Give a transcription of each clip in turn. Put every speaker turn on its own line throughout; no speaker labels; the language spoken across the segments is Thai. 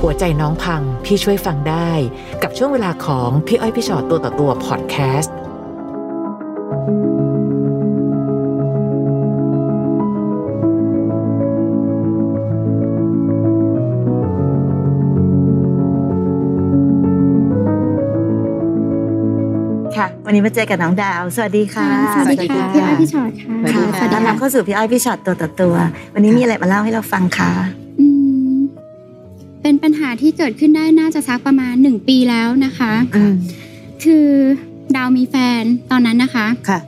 หัวใจน้องพัง พี่ช่วยฟังได้ กับช่วงเวลาของพี่อ้อยพี่ชอตตัวต่อตัวพอดแคสต์
ค่ะ วันนี้มาเจอกับน้องดาว สวัสดีค่ะ
สวัสดีค่ะ
พี่อ้อยพี่ชอตค่ะ
สวัสดี
ค่ะ
ค่ะ
ต้อนรับเข้าสู่พี่อ้อยพี่ช็อตตัวต่อตัว วันนี้มีอะไรมาเล่าให้เราฟังคะ
อืมเป็นปัญหาที่เกิดขึ้นได้น่าจะสักประมาณหนึ่งปีแล้วนะคะ
อืม
คือดาวมีแฟนตอนนั้นนะคะ
ค่ะ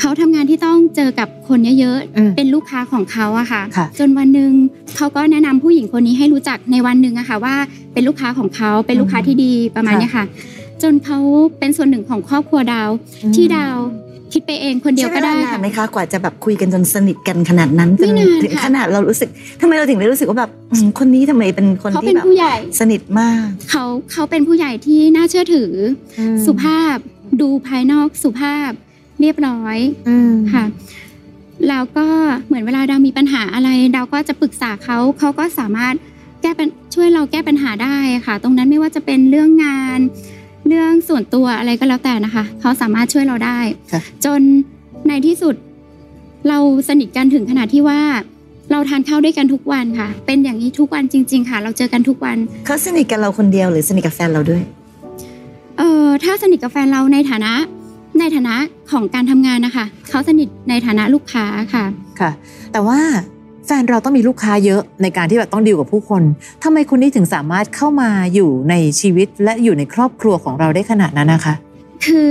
เขาทำงานที่ต้องเจอกับคนเยอะ
อืม
ๆ เป็นลูกค้าของเขาอะค่ะ
ค่ะ
จนวันหนึ่งเขาก็แนะนำผู้หญิงคนนี้ให้รู้จักในวันหนึ่งอะค่ะ ว่าเป็นลูกค้าของเขาเป็นลูกค้าที่ดีประมาณเนี้ยค่ะ จนเขาเป็นส่วนหนึ่งของครอบครัวดาว ที่ดาวคิดไปเองคนเดียวก็ได้
ใช้เวลานาน
ค่ะ
ไหมคะกว่าจะแบบคุยกันจนสนิทกันขนาดนั้นจ
ไม่นานค่ะ
ถึงขนาดเรารู้สึกทำไมเราถึงได้รู้สึกว่าแบบอืมคนนี้ทำไมเป็นคน
เขา
ที่
เป็น
แบบ
ผู้ใหญ่
สนิทมาก
เขาเขาเป็นผู้ใหญ่ที่น่าเชื่อถืออสุภาพดูภายนอกสุภาพเรียบร้อยค่ะแล้วก็เหมือนเวลาดาวมีปัญหาอะไรดาวก็จะปรึกษาเขาเขาก็สามารถแก้ปัญช่วยเราแก้ปัญหาได้ค่ะ ตรงนั้นไม่ว่าจะเป็นเรื่องงาน เรื่องส่วนตัวอะไรก็แล้วแต่นะคะ เขาสามารถช่วยเราได้
ค่ะ
จนในที่สุดเราสนิทกันถึงขนาดที่ว่า เราทานข้าวด้วยกันทุกวันค่ะ เป็นอย่างนี้ทุกวันจริง ๆ ค่ะ เราเจอกันทุกวัน
เขาสนิทกับเราคนเดียวหรือสนิทกับแฟนเราด้วย
เอ่อถ้าสนิทกับแฟนเราในฐานะ ในฐานะของการทำงานนะคะ เขาสนิทในฐานะลูกค้าค่ะ
ค่ะ แต่ว่าแฟนเราต้องมีลูกค้าเยอะในการที่แบบต้องดิวกับผู้คนทำไมคนนี้ถึงสามารถเข้ามาอยู่ในชีวิตและอยู่ในครอบครัวของเราได้ขนาดนั้นนะคะ
คือ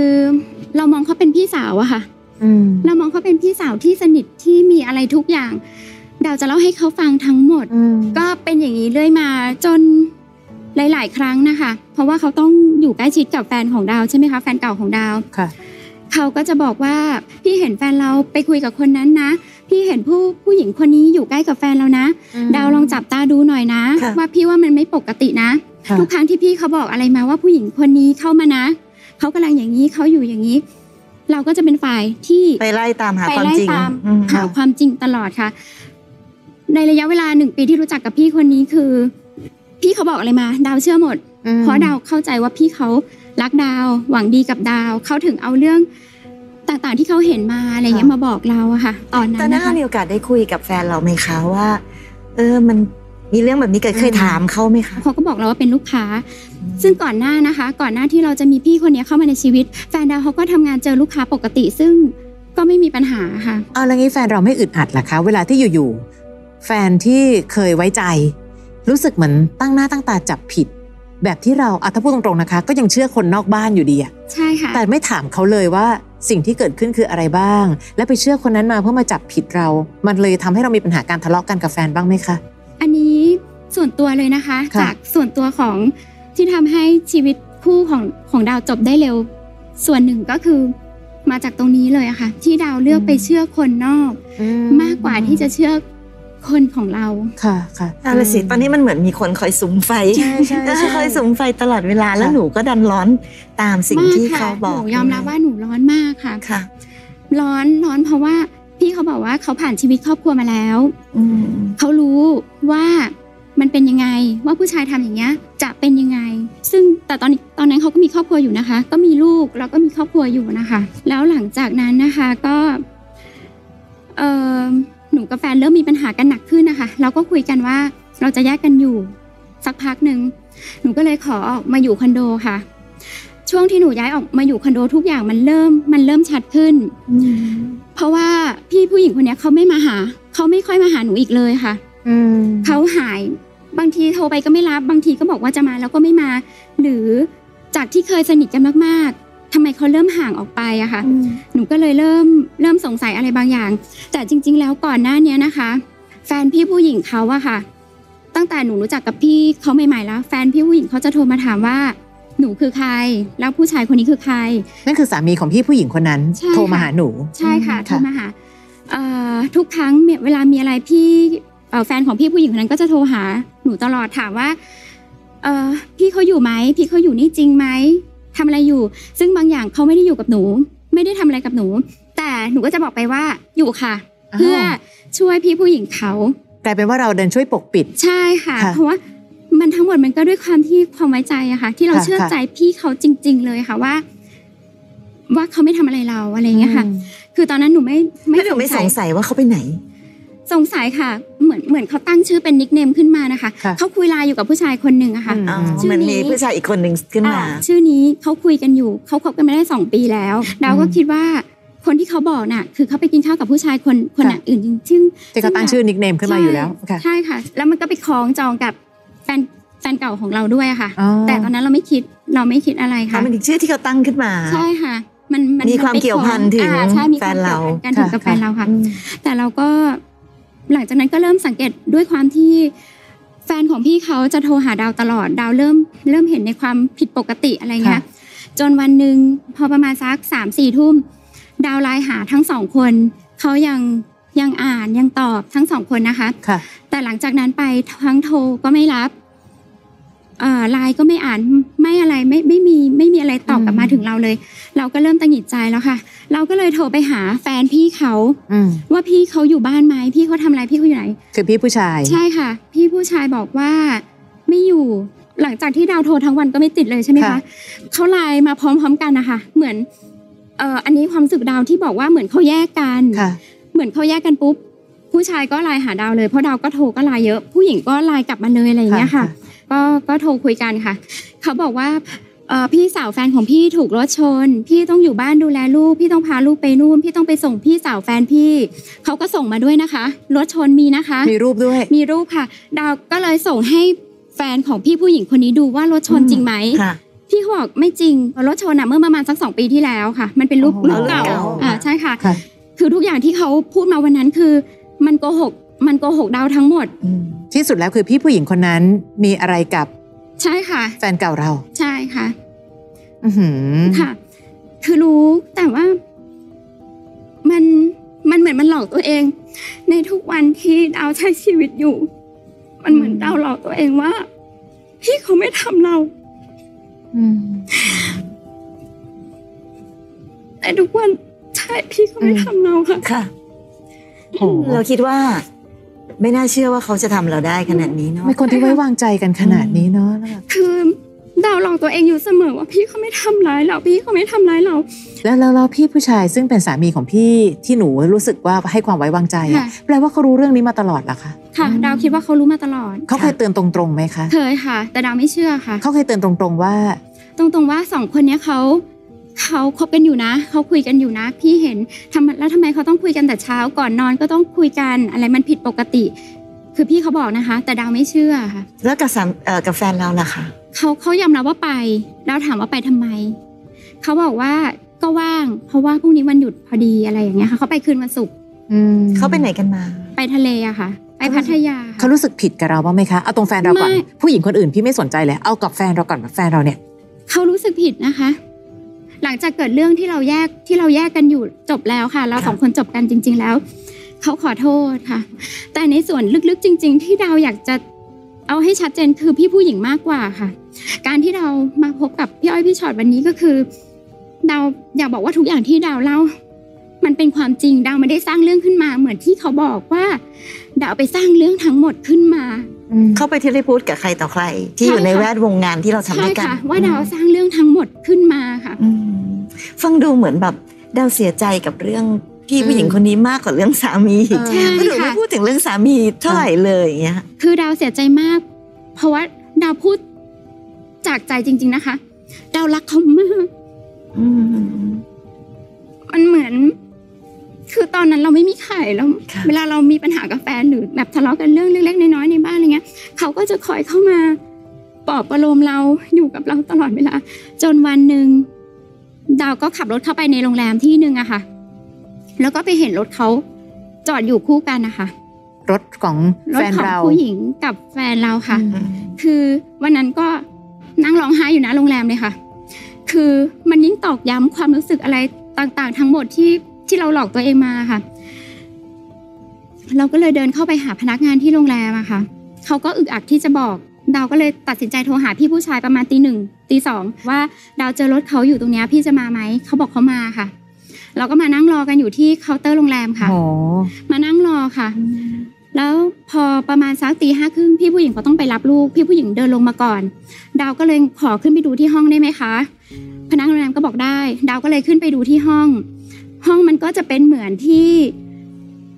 เรามองเขาเป็นพี่สาวอะค่ะ
อืม
เรามองเขาเป็นพี่สาวที่สนิทที่มีอะไรทุกอย่างดาวจะเล่าให้เขาฟังทั้งหมด ก็เป็นอย่างนี้เรื่อยมาจนหลาย ๆ ครั้งนะคะ เพราะว่าเขาต้องอยู่ใกล้ชิดกับแฟนของดาวใช่ไหมคะแฟนเก่าของดาว
ค่ะ
เขาก็จะบอกว่าพี่เห็นแฟนเราไปคุยกับคนนั้นนะ พี่เห็นผู้ผู้หญิงคนนี้อยู่ใกล้กับแฟนเรานะ ดาวลองจับตาดูหน่อยนะ
ค่ะ
ว่าพี่ว่ามันไม่ปกตินะ
ค่ะ
ทุกครั้งที่พี่เขาบอกอะไรมาว่าผู้หญิงคนนี้เข้ามานะ เขากำลังอย่างนี้เขาอยู่อย่างนี้ เราก็จะเป็นฝ่ายที่
ไปไล่ตามหา
ไป
ความ
ไล่
จริง
ตาม
อืม
หาความจริงตลอดค่ะ ในระยะเวลาหนึ่งปีที่รู้จักกับพี่คนนี้คือ พี่เขาบอกอะไรมา ดาวเชื่อหมด เพราะดาวเข้าใจว่าพี่เขารักดาว หวังดีกับดาวเขาถึงเอาเรื่องต่างๆที่เขาเห็นมาอะไรเงี้ยมาบอกเราอะค่ะ ตอน
ต
นั้
อน
น
นั้
นะ
น
คะ
เรามีโอกาสได้คุยกับแฟนเราไหมคะว่า เออมันมีเรื่องแบบนี้เกิดเคย
อืม
ถามเขาไหมคะ
เขาก็บอกเราว่าเป็นลูกค้า
อืม
ซึ่งก่อนหน้านะคะ ก่อนหน้าที่เราจะมีพี่คนเนี้ยเข้ามาในชีวิต แฟนดาวเขาก็ทำงานเจอลูกค้าปกติ ซึ่งก็ไม่มีปัญหาค่ะ
เอาแล้วงี้แฟนเราไม่อึดอัดเหรอคะ เวลาที่อยู่ๆแฟนที่เคยไว้ใจ รู้สึกเหมือนตั้งหน้าตั้งตาจับผิด แบบที่เราอ่ะถ้าพูดตรงๆนะคะ ก็ยังเชื่อคนนอกบ้านอยู่ดีอะ
ใช่ค่ะ
แต่ไม่ถามเขาเลยว่าสิ่งที่เกิดขึ้นคืออะไรบ้าง และไปเชื่อคนนั้นมาเพื่อมาจับผิดเรา มันเลยทำให้เรามีปัญหาการทะเลาะกันกับแฟนบ้างไหมคะ
อันนี้ส่วนตัวเลยนะคะ
ค่ะ
จากส่วนตัวของที่ทำให้ชีวิตคู่ของของดาวจบได้เร็ว ส่วนหนึ่งก็คือมาจากตรงนี้เลยอะค่ะ ที่ดาวเลือกไปเชื่อคนนอก มากกว่าที่จะเชื่อคนของเรา
ค่ะค่ะ
นั่นแหละสิตอนนี้มันเหมือนมีคนคอยสุมไฟ
ใช่ใช่ ใช่
คอยสุมไฟตลอดเวลาแล้ว
ค่ะ
หนูก็ดันร้อนตามสิ่ง
มก
ที่
ค่ะ
เขาบอก
หนูยอมรับว่าหนูร้อนมากค่ะ
ค่ะ
ร้อนร้อนเพราะว่าพี่เขาบอกว่าเขาผ่านชีวิตครอบครัวมาแล้ว
อืม
เขารู้ว่ามันเป็นยังไงว่าผู้ชายทำอย่างเงี้ยจะเป็นยังไง ซึ่งแต่ตอนนี้ตอนนั้นเขาก็มีครอบครัวอยู่นะคะ ก็มีลูกแล้วก็มีครอบครัวอยู่นะคะ แล้วหลังจากนั้นนะคะก็เออหนูกับแฟนเริ่มมีปัญหากันหนักขึ้นนะคะ เราก็คุยกันว่าเราจะแยกกันอยู่สักพักหนึ่งหนูก็เลยขอออกมาอยู่คอนโดค่ะ ช่วงที่หนูย้ายออกมาอยู่คอนโดทุกอย่างมันเริ่มมันเริ่มชัดขึ้น เพราะว่าพี่ผู้หญิงคนเนี้ยเขาไม่มาหา เขาไม่ค่อยมาหาหนูอีกเลยค่ะ
อืม
เขาหายบางทีโทรไปก็ไม่รับบางทีก็บอกว่าจะมาแล้วก็ไม่มา หรือจากที่เคยสนิทกันมากๆทำไมเขาเริ่มห่างออกไปอะค่ะ หนูก็เลยเริ่มเริ่มสงสัยอะไรบางอย่าง แต่จริง ๆ แล้วก่อนหน้าเนี้ยนะคะ แฟนพี่ผู้หญิงเขาอะค่ะ ตั้งแต่หนูรู้จักกับพี่เขาใหม่ๆแล้ว แฟนพี่ผู้หญิงเขาจะโทรมาถามว่า หนูคือใคร แล้วผู้ชายคนนี้คือใคร
นั่นคือสามีของพี่ผู้หญิงคนนั้น
ใช่
โทรมา
ค่ะ
หาหนู
ใช่ค่ะโทร
ค่ะ
มาหาเอ่อทุกครั้งเนี่ยเวลามีอะไรพี่เอ่อแฟนของพี่ผู้หญิงคนนั้นก็จะโทรหาหนูตลอดถามว่าเอ่อพี่เขาอยู่ไหมพี่เขาอยู่นี่จริงไหมทำอะไรอยู่ ซึ่งบางอย่างเขาไม่ได้อยู่กับหนู ไม่ได้ทำอะไรกับหนู แต่หนูก็จะบอกไปว่าอยู่ค่ะ
อ้าว
เพื่อช่วยพี่ผู้หญิงเขา
กลายเป็นว่าเราเดินช่วยปกปิด
ใช่ค่ะ
ค่ะ
เพราะว่า มันทั้งหมดมันก็ด้วยความที่ความไว้ใจอะค่ะ ที่เรา
ค่ะ
เชื่อ
ค่ะ
ใจพี่เขาจริง ๆ เลยค่ะว่า ว่าเขาไม่ทำอะไรเราอะไรอย่างเงี้ยค่ะ คือตอนนั้นหนูไม่ไม่
แล้วหนูไม่สงสัยว่าเขาไปไหน
สงสัยค่ะ เหมือนเหมือนเขาตั้งชื่อเป็นนิกเนมขึ้นมานะคะ
ค่ะ
เขาคุยไลน์อยู่กับผู้ชายคนหนึ่งอะค่ะ
อืม
อ๋อ
ชื่อนี้
มันมีผู้ชายอีกคนหนึ่งขึ้นมา
อ่าชื่อนี้เขาคุยกันอยู่เขาคบกันมาได้สองปีแล้วเราก็
อืม
คิดว่าคนที่เขาบอกน่ะ คือเขาไปกินข้าวกับผู้ชายคนคนอื่นจริงๆซึ่ง
ที่เขาตั้งชื่อนิกเนมขึ้นมาอยู่แล้วค่ะ
ใช่ค่ะ แล้วมันก็ไปคล้องจองกับแฟนแฟนเก่าของเราด้วยอะค่ะ
อ๋อ
แต่ตอนนั้นเราไม่คิดเราไม่คิดอะไร
ค่ะ
ค่ะ
มันถึงชื่อที่เขาตั้งขึ้นมา
ใช่ค่ะ มันมัน
มีความ
นไป
เกี่ยวพันถึง
อ่าใช่มีควม
แฟนเรา
กี่ยวพันกันถึงกับ
ค่ะ
แฟนเราค่ะ
อืม
แต่เราก็หลังจากนั้นก็เริ่มสังเกตด้วยความที่แฟนของพี่เขาจะโทรหาดาวตลอดดาวเริ่มเริ่มเห็นในความผิดปกติอะไรเงี้ย
ค่ะ
จนวันหนึ่งพอประมาณสักสามสี่ทุ่ม ดาวไลน์หาทั้งสองคนเขายังยังอ่านยังตอบทั้งสองคนนะคะ
ค่ะ
แต่หลังจากนั้นไปทั้งโทรก็ไม่รับเอ่อไลน์ก็ไม่อ่านไม่อะไรไม่ไม่มีไม่มีอะไรตอบกลับมา
อืม
ถึงเราเลย เราก็เริ่มตังหงิดใจแล้วค่ะ เราก็เลยโทรไปหาแฟนพี่เขา
อืม
ว่าพี่เขาอยู่บ้านไหมพี่เขาทำอะไรพี่เขาอยู่ไหน
คือพี่ผู้ชาย
ใช่ค่ะ พี่ผู้ชายบอกว่าไม่อยู่ หลังจากที่ดาวโทรทั้งวันก็ไม่ติดเลยใช่ไหมคะเขาไลน์มาพร้อมๆกันนะคะเหมือนเอ่ออันนี้ความรู้สึกดาวที่บอกว่าเหมือนเขาแยกกัน
ค่ะ
เหมือนเขาแยกกันปุ๊บ ผู้ชายก็ไลน์หาดาวเลยเพราะดาวก็โทรก็ไลน์เยอะ ผู้หญิงก็ไลน์กลับมาเลยอะไรอย่างเงี้ยค่ะ ก็ก็โทรคุยกันค่ะ เขาบอกว่าเอ่อพี่สาวแฟนของพี่ถูกรถชน พี่ต้องอยู่บ้านดูแลลูก พี่ต้องพาลูกไปนู่น พี่ต้องไปส่งพี่สาวแฟนพี่ เขาก็ส่งมาด้วยนะคะ รถชนมีนะคะ
มีรูปด้วย
มีรูปค่ะ ดาวก็เลยส่งให้แฟนของพี่ผู้หญิงคนนี้ดูว่ารถชนจริงไหม
ค่ะ
พี่เขาบอกไม่จริงรถชนอะเมื่อประมาณสักสองปีที่แล้วค่ะ มันเป็นรูป
อ๋อ
รูปเก่า
รูปเก่า
อ่าใช่ค่ะ
ค่ะ
คือทุกอย่างที่เขาพูดมาวันนั้นคือ มันโกหกมันโกหกดาวทั้งหมด
อืม
ที่สุดแล้วคือพี่ผู้หญิงคนนั้นมีอะไรกับ
ใช่ค่ะ
แฟนเก่าเรา
ใช่ค่ะ
อือหือ
ค่ะ คือรู้แต่ว่า มันมันเหมือนมันหลอกตัวเอง ในทุกวันที่ดาวใช้ชีวิตอยู่ มันเหมือนดาวหลอกตัวเองว่า พี่เขาไม่ทำเรา
อืม
แต่ทุกวันใช่พี่เขาไม่
อืม
ทำเราค่ะ
ค่ะ
โห
เราคิดว่า ไม่น่าเชื่อว่าเขาจะทำเราได้ขนาดนี้เนาะ
ไม่คนที่ไว้วางใจกันขนาดนี้เนาะ
คือดาวหลอกตัวเองอยู่เสมอว่าพี่เขาไม่ทำร้ายเราพี่เขาไม่ทำร้ายเรา
แล้วแล้วแล้วพี่ผู้ชายซึ่งเป็นสามีของพี่ที่หนูรู้สึกว่าให้ความไว้วางใจอะ
ค่ะ
แปลว่าเขารู้เรื่องนี้มาตลอดเหรอคะ
ค่ะ ดาวคิดว่าเขารู้มาตลอด
เขาเคยเตือนตรงๆไหมคะ
เคยค่ะ แต่ดาวไม่เชื่อค่ะ
เขาเคยเตือนตรงๆว่า
ตรงๆว่าสองคนเนี้ยเขาเขาคบกันอยู่นะเขาคุยกันอยู่นะ พี่เห็นทำไมแล้วทำไมเขาต้องคุยกันแต่เช้าก่อนนอนก็ต้องคุยกันอะไรมันผิดปกติ คือพี่เขาบอกนะคะ แต่ดาวไม่เชื่อค่ะ
แล้วกับสามเอ่อกับแฟนเราล่ะค่ะ
เขาเขายอมรับว่าไปดาวถามว่าไปทำไมเขาบอกว่าก็ว่าง เพราะว่าพรุ่งนี้วันหยุดพอดีอะไรอย่างเงี้ยค่ะเขาไปคืนวันศุกร์
อืม
เขาไปไหนกันมา
ไปทะเลอะค่ะ ไปพัทยา
เขารู้สึกผิดกับเราบ้างไหมคะเอาตรงแฟนเราก่อน
ไม่
ผู้หญิงคนอื่นพี่ไม่สนใจเลยเอากับแฟนเราก่อนแฟนเราเนี่ย
เขารู้สึกผิดนะคะ หลังจากเกิดเรื่องที่เราแยกที่เราแยกกันอยู่จบแล้วค่ะ เรา
ค่ะ
สองคนจบกันจริง ๆ แล้ว เขาขอโทษค่ะ แต่ในส่วนลึกๆจริง ๆ ที่ดาวอยากจะเอาให้ชัดเจนคือพี่ผู้หญิงมากกว่าค่ะ การที่เรามาพบกับพี่อ้อยพี่ชอตวันนี้ก็คือดาวอยากบอกว่าทุกอย่างที่ดาวเล่า มันเป็นความจริงดาวไม่ได้สร้างเรื่องขึ้นมา เหมือนที่เขาบอกว่าดาวไปสร้างเรื่องทั้งหมดขึ้นมา
เขาไปเทเลพูดกับใครต่อใคร ที่อยู่ใน
ใช่ค่ะ
แวดวงงานที่เราทำ
ใช่
ด้วยกัน
ค่ะ ว่าดาวสร้างเรื่องทั้งหมดขึ้นมาค่ะ
อืมฟังดูเหมือนแบบดาวเสียใจกับเรื่องพี่ผู้หญิง
อืม
คนนี้มากกว่าเรื่องสามี
เออ
ใช่
เพราะหนูไม่
ค่ะ
พูดถึงเรื่องสามีเท่าไหร่เลยอย่างเงี้ย
คือดาวเสียใจมาก เพราะว่าดาวพูดจากใจจริง ๆนะคะ ดาวรักเขามาก
อืม
มันเหมือน คือตอนนั้นเราไม่มีใครแล้ว
ค่ะ
เวลาเรามีปัญหากับแฟนหรือแบบทะเลาะกันเรื่องเล็กๆน้อยๆในบ้านอะไรเงี้ยเขาก็จะคอยเข้ามาปลอบประโลมเราอยู่กับเราตลอดเวลา จนวันหนึ่งดาวก็ขับรถเข้าไปในโรงแรมที่หนึ่งอะค่ะ แล้วก็ไปเห็นรถเขาจอดอยู่คู่กันนะคะ
รถของ
รถ
แฟน
ของ
เรา
ผู้หญิงกับแฟนเราค่ะ
อืม
คือวันนั้นก็นั่งร้องไห้อยู่หนะโรงแรมเลยค่ะ คือมันยิ่งตอกย้ำความรู้สึกอะไรต่างๆ ทั้งหมดที่ที่เราหลอกตัวเองมาค่ะ เราก็เลยเดินเข้าไปหาพนักงานที่โรงแรมอะค่ะ เขาก็อึกอักที่จะบอก ดาวก็เลยตัดสินใจโทรหาพี่ผู้ชายประมาณตีหนึ่งตีสองว่าดาวเจอรถเขาอยู่ตรงเนี้ยพี่จะมาไหม เขาบอกเขามาค่ะ เราก็มานั่งรอกันอยู่ที่เคาน์เตอร์โรงแรมค่ะ
โอ้
มานั่งรอค่ะ แล้วพอประมาณสักตีห้าครึ่งพี่ผู้หญิงเขาต้องไปรับลูก พี่ผู้หญิงเดินลงมาก่อน ดาวก็เลยขอขึ้นไปดูที่ห้องได้ไหมคะ พนักงานโรงแรมก็บอกได้ ดาวก็เลยขึ้นไปดูที่ห้อง ห้องมันก็จะเป็นเหมือนที่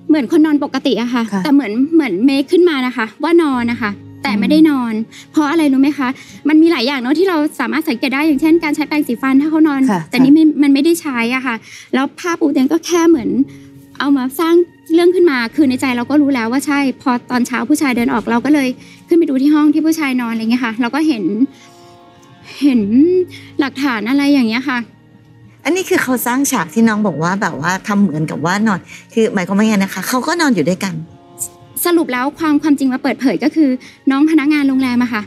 เหมือนคนนอนปกติอะค่ะ
ค่ะ
แต่เหมือนเหมือนเมคขึ้นมานะคะ ว่านอนนะคะ แต่ไม่ได้นอน เพราะอะไรรู้ไหมคะ มันมีหลายอย่างเนาะที่เราสามารถสังเกตได้อย่างเช่น การใช้แปรงสีฟันถ้าเขานอน
ค่ะ
แต่นี่ไม่มันไม่ได้ใช้อะค่ะ แล้วผ้าปูเตียงก็แค่เหมือน เอามาสร้างเรื่องขึ้นมา คือในใจเราก็รู้แล้วว่าใช่ พอตอนเช้าผู้ชายเดินออกเราก็เลยขึ้นไปดูที่ห้องที่ผู้ชายนอนอะไรเงี้ยค่ะ เราก็เห็น เห็นหลักฐานอะไรอย่างเงี้ยค่ะ
อันนี้คือเขาสร้างฉากที่น้องบอกว่าแบบว่าทำเหมือนกับว่านอน คือหมายความว่าไงนะคะ เขาก็นอนอยู่ด้วยกัน
สรุปแล้วความความจริงมาเปิดเผยก็คือ น้องพนักงานโรงแรมอะค่ะ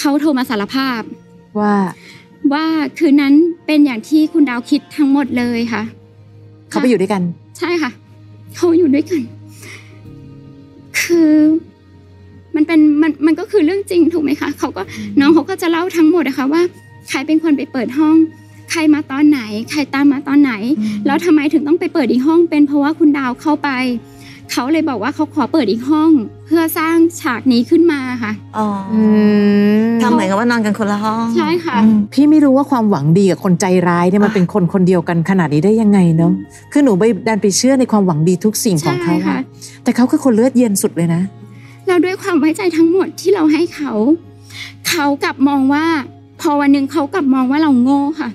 เขาโทรมาสารภาพ
ว่า
ว่าคืนนั้นเป็นอย่างที่คุณดาวคิดทั้งหมดเลยค่ะ
เขาไปอยู่ด้วยกัน
ใช่ค่ะ เขาอยู่ด้วยกัน คือ มันเป็นมันมันก็คือเรื่องจริงถูกไหมคะเขาก็น้องเขาก็จะเล่าทั้งหมดนะคะว่า ใครเป็นคนไปเปิดห้อง ใครมาตอนไหน ใครตามมาตอนไหน แล้วทำไมถึงต้องไปเปิดอีกห้อง เป็นเพราะว่าคุณดาวเข้าไป เขาเลยบอกว่าเขาขอเปิดอีกห้อง เพื่อสร้างฉากนี้ขึ้นมาค่ะ
อ๋ออ
อืม
ทำเหมือนกับว่านอนกันคนละห้อง
ใช่ค่ะ
อืม
พี่ไม่รู้ว่าความหวังดีกับคนใจร้ายเนี่ยมันเป็นคนคนเดียวกันขนาดนี้ได้ยังไงเนาะคือหนูไปดันไปเชื่อในความหวังดีทุกสิ่งของเขา
ใช่ค่ะ
อะแต่เขาคือคนเลือดเย็นสุดเลยนะ
แล้วด้วยความไว้ใจทั้งหมดที่เราให้เขา เขากลับมองว่า พอวันหนึ่งเขากลับมองว่าเราโง่ค่ะ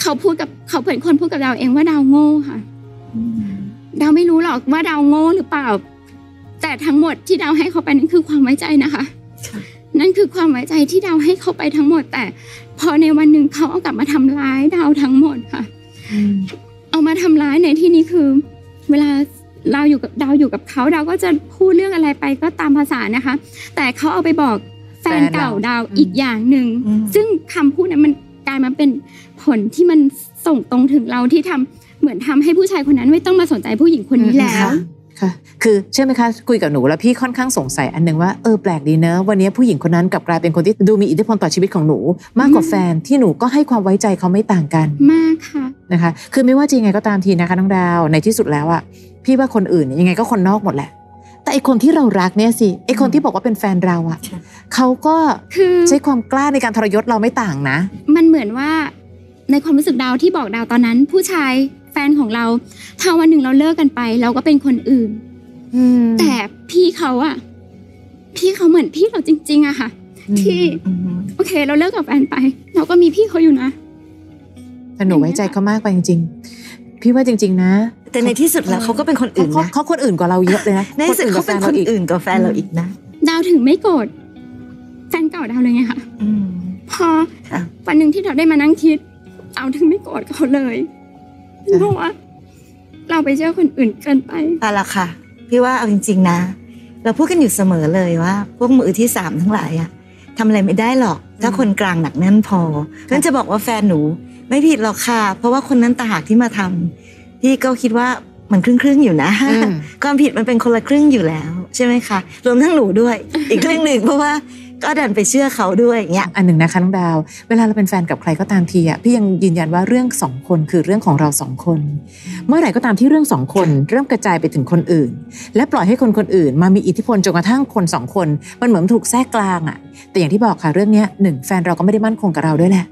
เขาพูดกับเขาเป็นคนพูดกับดาวเองว่าดาวโง่ค่ะดาวไม่รู้หรอกว่าดาวโง่หรือเปล่า แต่ทั้งหมดที่ดาวให้เขาไปนั่นคือความไว้ใจนะคะ
ค่ะ
นั่นคือความไว้ใจที่ดาวให้เขาไปทั้งหมด แต่พอในวันหนึ่งเขาเอากลับมาทำร้ายดาวทั้งหมดค่ะ เอามาทำร้ายในที่นี้คือ เวลาเราอยู่กับดาวอยู่กับเขาดาวก็จะพูดเรื่องอะไรไปก็ตามภาษานะคะ แต่เขาเอาไปบอกแฟนเก่า
แฟนเรา
ดาวอีกอย่างหนึ่ง
อืม
ซึ่งคำพูดนั้นมันกลายมาเป็นผลที่มันส่งตรงถึงเราที่ทำเหมือนทำให้ผู้ชายคนนั้นไม่ต้องมาสนใจผู้หญิงคนนี้แล้
อืม
ว
ค่ะ
ค่ะ คือเชื่อไหมคะ คุยกับหนูแล้วพี่ค่อนข้างสงสัยอันหนึ่งว่าเออแปลกดีเนอะวันนี้ผู้หญิงคนนั้นกลับกลายเป็นคนที่ดูมีอิทธิพลต่อชีวิตของหนู มากกว่า
อืม
แฟนที่หนูก็ให้ความไว้ใจเขาไม่ต่างกัน
มากค่ะ
นะคะคือไม่ว่าจะยังไงก็ตามทีนะคะน้องดาวในที่สุดแล้วอะพี่ว่าคนอื่นเนี่ยยังไงก็คนนอกหมดแหละ แต่ไอคนที่เรารักเนี่ยสิไอคนที่บอกว่าเป็นแฟนเราอะ
ใช่
เขาก็
คือ
ใช้ความกล้าในการทรยศเราไม่ต่างนะ
มันเหมือนว่าในความรู้สึกดาวที่บอกดาวตอนนั้น ผู้ชายแฟนของเราถ้าวันหนึ่งเราเลิกกันไป เราก็เป็นคนอื่น แต่พี่เขาอะพี่เขาเหมือนพี่เราจริง ๆอะค่ะ ที่
อืม
โอเค เราเลิกกับแฟนไป เราก็มีพี่เขาอยู่นะ
แต่หนูไว้ใจเขามากไปจริงๆ พี่ว่าจริง ๆ นะ
แต่ในที่สุดแล้วเขาก็เป็นคน
เขา
อื่น
เขา
นะ
เขาคนอื่นกว่าเราเยอะเลยนะ
ในที่สุดเขาเป็นคนอื่นกับแฟนเราอีกนะ
ดาวถึงไม่โกรธแฟนเก่าดาวเลยไงค่ะ
อืม
พอ
ค่ะ
วันหนึ่งที่ดาวได้มานั่งคิดดาวถึงไม่โกรธเขาเลยเพราะว่าเราไปเชื่อคนอื่นเกินไป
เอาละค่ะ พี่ว่าเอาจริง ๆ นะ เราพูดกันอยู่เสมอเลยว่า พวกมือที่สามทั้งหลายอะทำอะไรไม่ได้หรอก ถ้าคนกลางหนักแน่นพอนั่นจะบอกว่าแฟนหนู ไม่ผิดหรอกค่ะ เพราะว่าคนนั้นตางหากที่มาทำพี่ก็คิดว่ามันครึ่งครึ่งๆอยู่นะ
อืม
ความผิดมันเป็นคนละครึ่งอยู่แล้ว ใช่ไหมคะรวมทั้งหนูด้วย อีกครึ่งหนึ่งเพราะว่าก็ดันไปเชื่อเขาด้วยอย่างเงี้ย
อันหนึ่งนะคะน้องดาว เวลาเราเป็นแฟนกับใครก็ตามทีอ่ะพี่ยังยืนยันว่าเรื่องสองคนคือเรื่องของเราสองคน เมื่อไหร่ก็ตามที่เรื่องสองคน เริ่มกระจายไปถึงคนอื่น และปล่อยให้คนคนอื่น มามีอิทธิพลจนกระทั่งคนสองคน มันเหมือนถูกแทรกกลางอ่ะ แต่อย่างที่บอกค่ะเรื่องเนี้ยหนึ่งแฟนเราก็ไม่ได้มั่นคงกับเราด้วยแหละ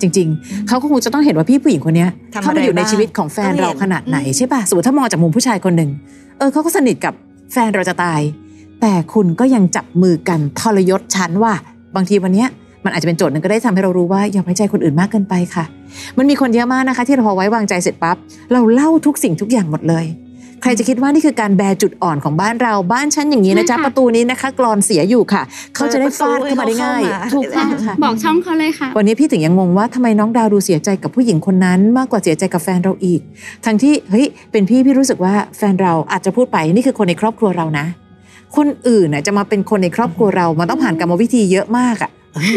จริง ๆ เขาก็คงจะต้องเห็นว่าพี่ผู้หญิงคนเนี้ย
ทำอะไร
เข้ามาอยู่ใน
บ้าง
ชีวิตของแฟน
ต้องเห็น
เราขนาดไหนใช่ป่ะสมมติถ้ามองจากมุมผู้ชายคนหนึ่งเออเขาก็สนิทกับแฟนเราจะตาย แต่คุณก็ยังจับมือกันทรยศฉันว่า บางทีวันเนี้ยมันอาจจะเป็นโจทย์หนึ่งก็ได้ทำให้เรารู้ว่าอย่าไว้ใจคนอื่นมากเกินไปค่ะ มันมีคนเยอะมากนะคะ ที่เราพอไว้วางใจเสร็จปั๊บเราเล่าทุกสิ่งทุกอย่างหมดเลย ใครจะคิดว่านี่คือการแบจุดอ่อนของบ้านเราบ้านฉันอย่างนี้นะจ๊ะ
ใช่ค่ะ
ประตูนี้นะคะกรอนเสียอยู่ค่ะ เขาจะได้ฟาดเข้ามาได้ง่าย
เออประตู
ถูก
ให้
ต้องค่ะ
เขาเข้ามา
บอกช่องเขาเลยค่ะ
วันนี้พี่ถึงยังงงว่าทำไมน้องดาวดูเสียใจกับผู้หญิงคนนั้น มากกว่าเสียใจกับแฟนเราอีก ทั้งที่เฮ้ยเป็นพี่พี่รู้สึกว่าแฟนเราอาจจะพูดไปนี่คือคนในครอบครัวเรานะ คนอื่นน่ะจะมาเป็นคนในครอบครัวเรามันต้องผ่านกรรมวิธีเยอะมากอ่ะ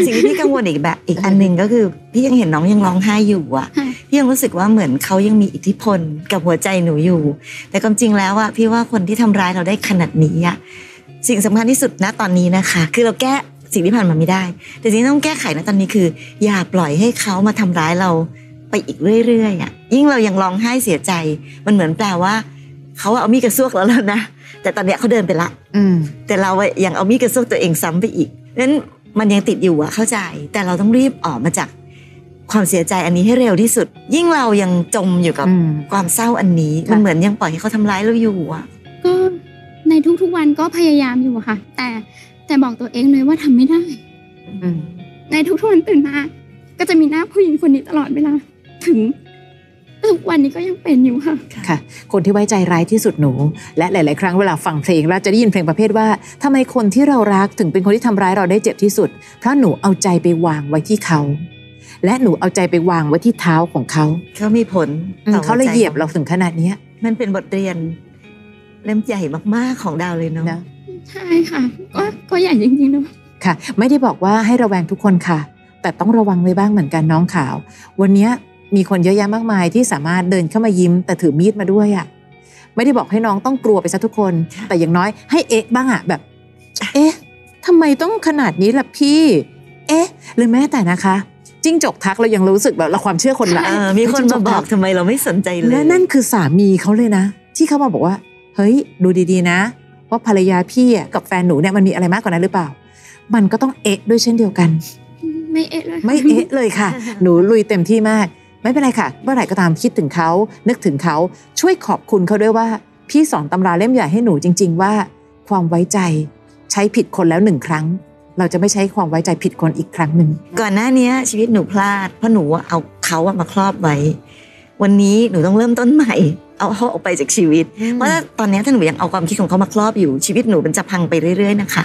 สิ่งที่พี่กังวลอีกแบบอีกอันหนึ่งก็คือพี่ยังเห็นน้องยังร้องไห้อยู่อ่ะ
ค่ะ
พี่ยังรู้สึกว่าเหมือนเขายังมีอิทธิพลกับหัวใจหนูอยู่ แต่ความจริงแล้วอ่ะพี่ว่าคนที่ทำร้ายเราได้ขนาดนี้อ่ะสิ่งสำคัญที่สุดนะตอนนี้นะคะ คือเราแก้สิ่งที่ผ่านมาไม่ได้ แต่สิ่งที่ต้องแก้ไขนะตอนนี้คือ อย่าปล่อยให้เขามาทำร้ายเราไปอีกเรื่อยๆอ่ะยิ่งเรายังร้องไห้เสียใจ มันเหมือนแปลว่าเขาเอามีดกระซวกเราแล้วนะ แต่ตอนเนี้ยเขาเดินไปละ
อืม
แต่เราอะยังเอามีดกระซวกตัวเองซ้ำไปอีกนั้นมันยังติดอยู่อะเข้าใจ แต่เราต้องรีบออกมาจากความเสียใจอันนี้ให้เร็วที่สุด ยิ่งเรายังจมอยู่กับ
อืม
ความเศร้าอันนี้
ค่ะ
มันเหมือนยังปล่อยให้เขาทำร้ายเราอยู่อะ
ก็ในทุกๆวันก็พยายามอยู่อะค่ะ แต่แต่บอกตัวเองเลยว่าทำไม่ได้
อืม
ในทุกๆวันตื่นมา ก็จะมีหน้าผู้หญิงคนนี้ตลอดเวลา ถึงทุกวันนี้ก็ยังเป็นอยู่ค่ะ
ค่ะคนที่ไว้ใจร้ายที่สุดหนู และหลาย ๆ ครั้งเวลาฟังเพลงเราจะได้ยินเพลงประเภทว่าทำไมคนที่เรารักถึงเป็นคนที่ทำร้ายเราได้เจ็บที่สุด เพราะหนูเอาใจไปวางไว้ที่เขา และหนูเอาใจไปวางไว้ที่เท้าของเขา
เขามีผล
อืม
ต่อ
เขาเลย
ใจ
เหยียบเราถึงขนาดเนี้ย
มันเป็นบทเรียน เล่มใหญ่มากๆของดาวเลยเนาะ
นะ
ใช่ค่ะ ก็ก็ใหญ่จริงๆนะ
ค่ะ ไม่ได้บอกว่าให้ระแวงทุกคนค่ะ แต่ต้องระวังไว้บ้างเหมือนกันน้องขาว วันเนี้ยมีคนเยอะแยะมากมายที่สามารถเดินเข้ามายิ้ม แต่ถือมีดมาด้วยอะ่ะไม่ได้บอกให้น้องต้องกลัวไปซะทุกคน แต่อย่างน้อยให้เอ๊ะบ้างอะ่ะแบบ เอ๊ะทำไมต้องขนาดนี้ล่ะพี่ เอ๊ะ หรือแม้แต่นะคะจิ้งจกทักเรายังรู้สึกแบบเราความเชื่อคนละ
เออมีคนมาบอกทำไมเราไม่สนใจเลย
และนั่นคือสามีเขาเลยนะ ที่เขามาบอกว่า เฮ้ย ดูดีๆนะ ว่าภรรยาพี่อะกับแฟนหนูเนี่ยมันมีอะไรมากกว่านั้นหรือเปล่า มันก็ต้องเอ๊ะด้วยเช่นเดี ยวกัน
ไม่เอะเลยค่ะ
ไม่เอ๊ะเลยค่ะ หนูลุยเต็มที่มาก ไม่เป็นไรค่ะ เมื่อไหร่ก็ตามคิดถึงเขา นึกถึงเขา ช่วยขอบคุณเขาด้วยว่า พี่สอนตำราเล่มใหญ่ให้หนูจริง ๆ ว่า ความไว้ใจ ใช้ผิดคนแล้วหนึ่งครั้ง เราจะไม่ใช้ความไว้ใจผิดคนอีกครั้งหนึ่ง
ก่อนหน้าเนี้ย ชีวิตหนูพลาด เพราะหนูอะเอาเขาอะมาครอบไว้ วันนี้หนูต้องเริ่มต้นใหม่ เอาเขาออกไปจากชีวิต เพราะถ้าตอนเนี้ยถ้าหนูยังเอาความคิดของเขามาครอบอยู่ชีวิตหนูมันจะพังไปเรื่อยๆนะคะ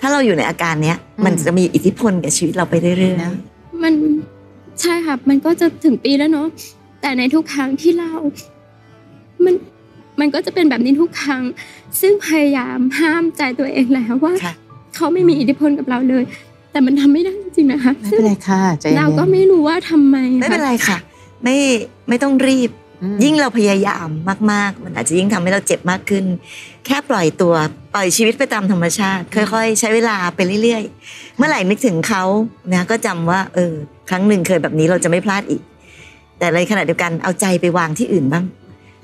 ถ้าเราอยู่ในอาการเนี้ย
อืม
มันจะมีอิทธิพลกับชีวิตเราไปเรื่อย
นะ
มันใช่ค่ะ มันก็จะถึงปีแล้วเนาะแต่ในทุกครั้งที่เล่า มันมันก็จะเป็นแบบนี้ทุกครั้ง ซึ่งพยายามห้ามใจตัวเองแล้วว่า
ๆค่ะ
เขาไม่มีอิทธิพลกับเราเลย แต่มันทำไม่ได้จริงๆนะคะ
ไม่เป็นไรค่ะใจเย็นๆ
เราก็ไม่รู้ว่าทำไมค่ะ
ไม่เป็นไรค่ะ ไม่ไม่ต้องรีบ
อืม
ยิ่งเราพยายามมากๆ มันอาจจะยิ่งทำให้เราเจ็บมากขึ้น แค่ปล่อยตัวปล่อยชีวิตไปตามธรรมชาติ ค่อยๆ ใช้เวลาไปเรื่อยๆ เมื่อไหร่นึกถึงเขานะก็จำว่า เออ ครั้งหนึ่งเคยแบบนี้เราจะไม่พลาดอีก แต่ในขณะเดียวกันเอาใจไปวางที่อื่นบ้าง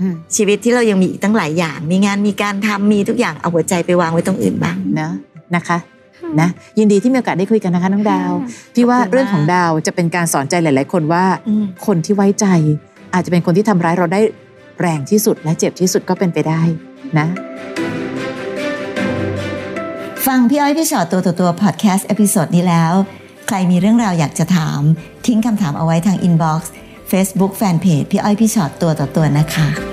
อืม
ชีวิตที่เรายังมีอีกตั้งหลายอย่าง มีงานมีการทำมีทุกอย่างเอาหัวใจไปวางไว้ตรงอื่นบ้าง
นะนะคะนะยินดีที่มีโอกาสได้คุยกันนะคะน้องดาว พี่ว่า
ขอบคุณมาก
เรื่องของดาวจะเป็นการสอนใจหลาย ๆ คนว่า
อืม
คนที่ไว้ใจ อาจจะเป็นคนที่ทำร้ายเราได้แรงที่สุดและเจ็บที่สุดก็เป็นไปได้นะ
ฟังพี่อ้อยพี่ชอตตัวต่อตัวพอดแคสต์เอพิโซดนี้แล้ว ใครมีเรื่องราวอยากจะถาม ทิ้งคำถามเอาไว้ทางอินบ็อกซ์เฟซบุ๊กแฟนเพจพี่อ้อยพี่ชอตตัวต่อตัวนะคะ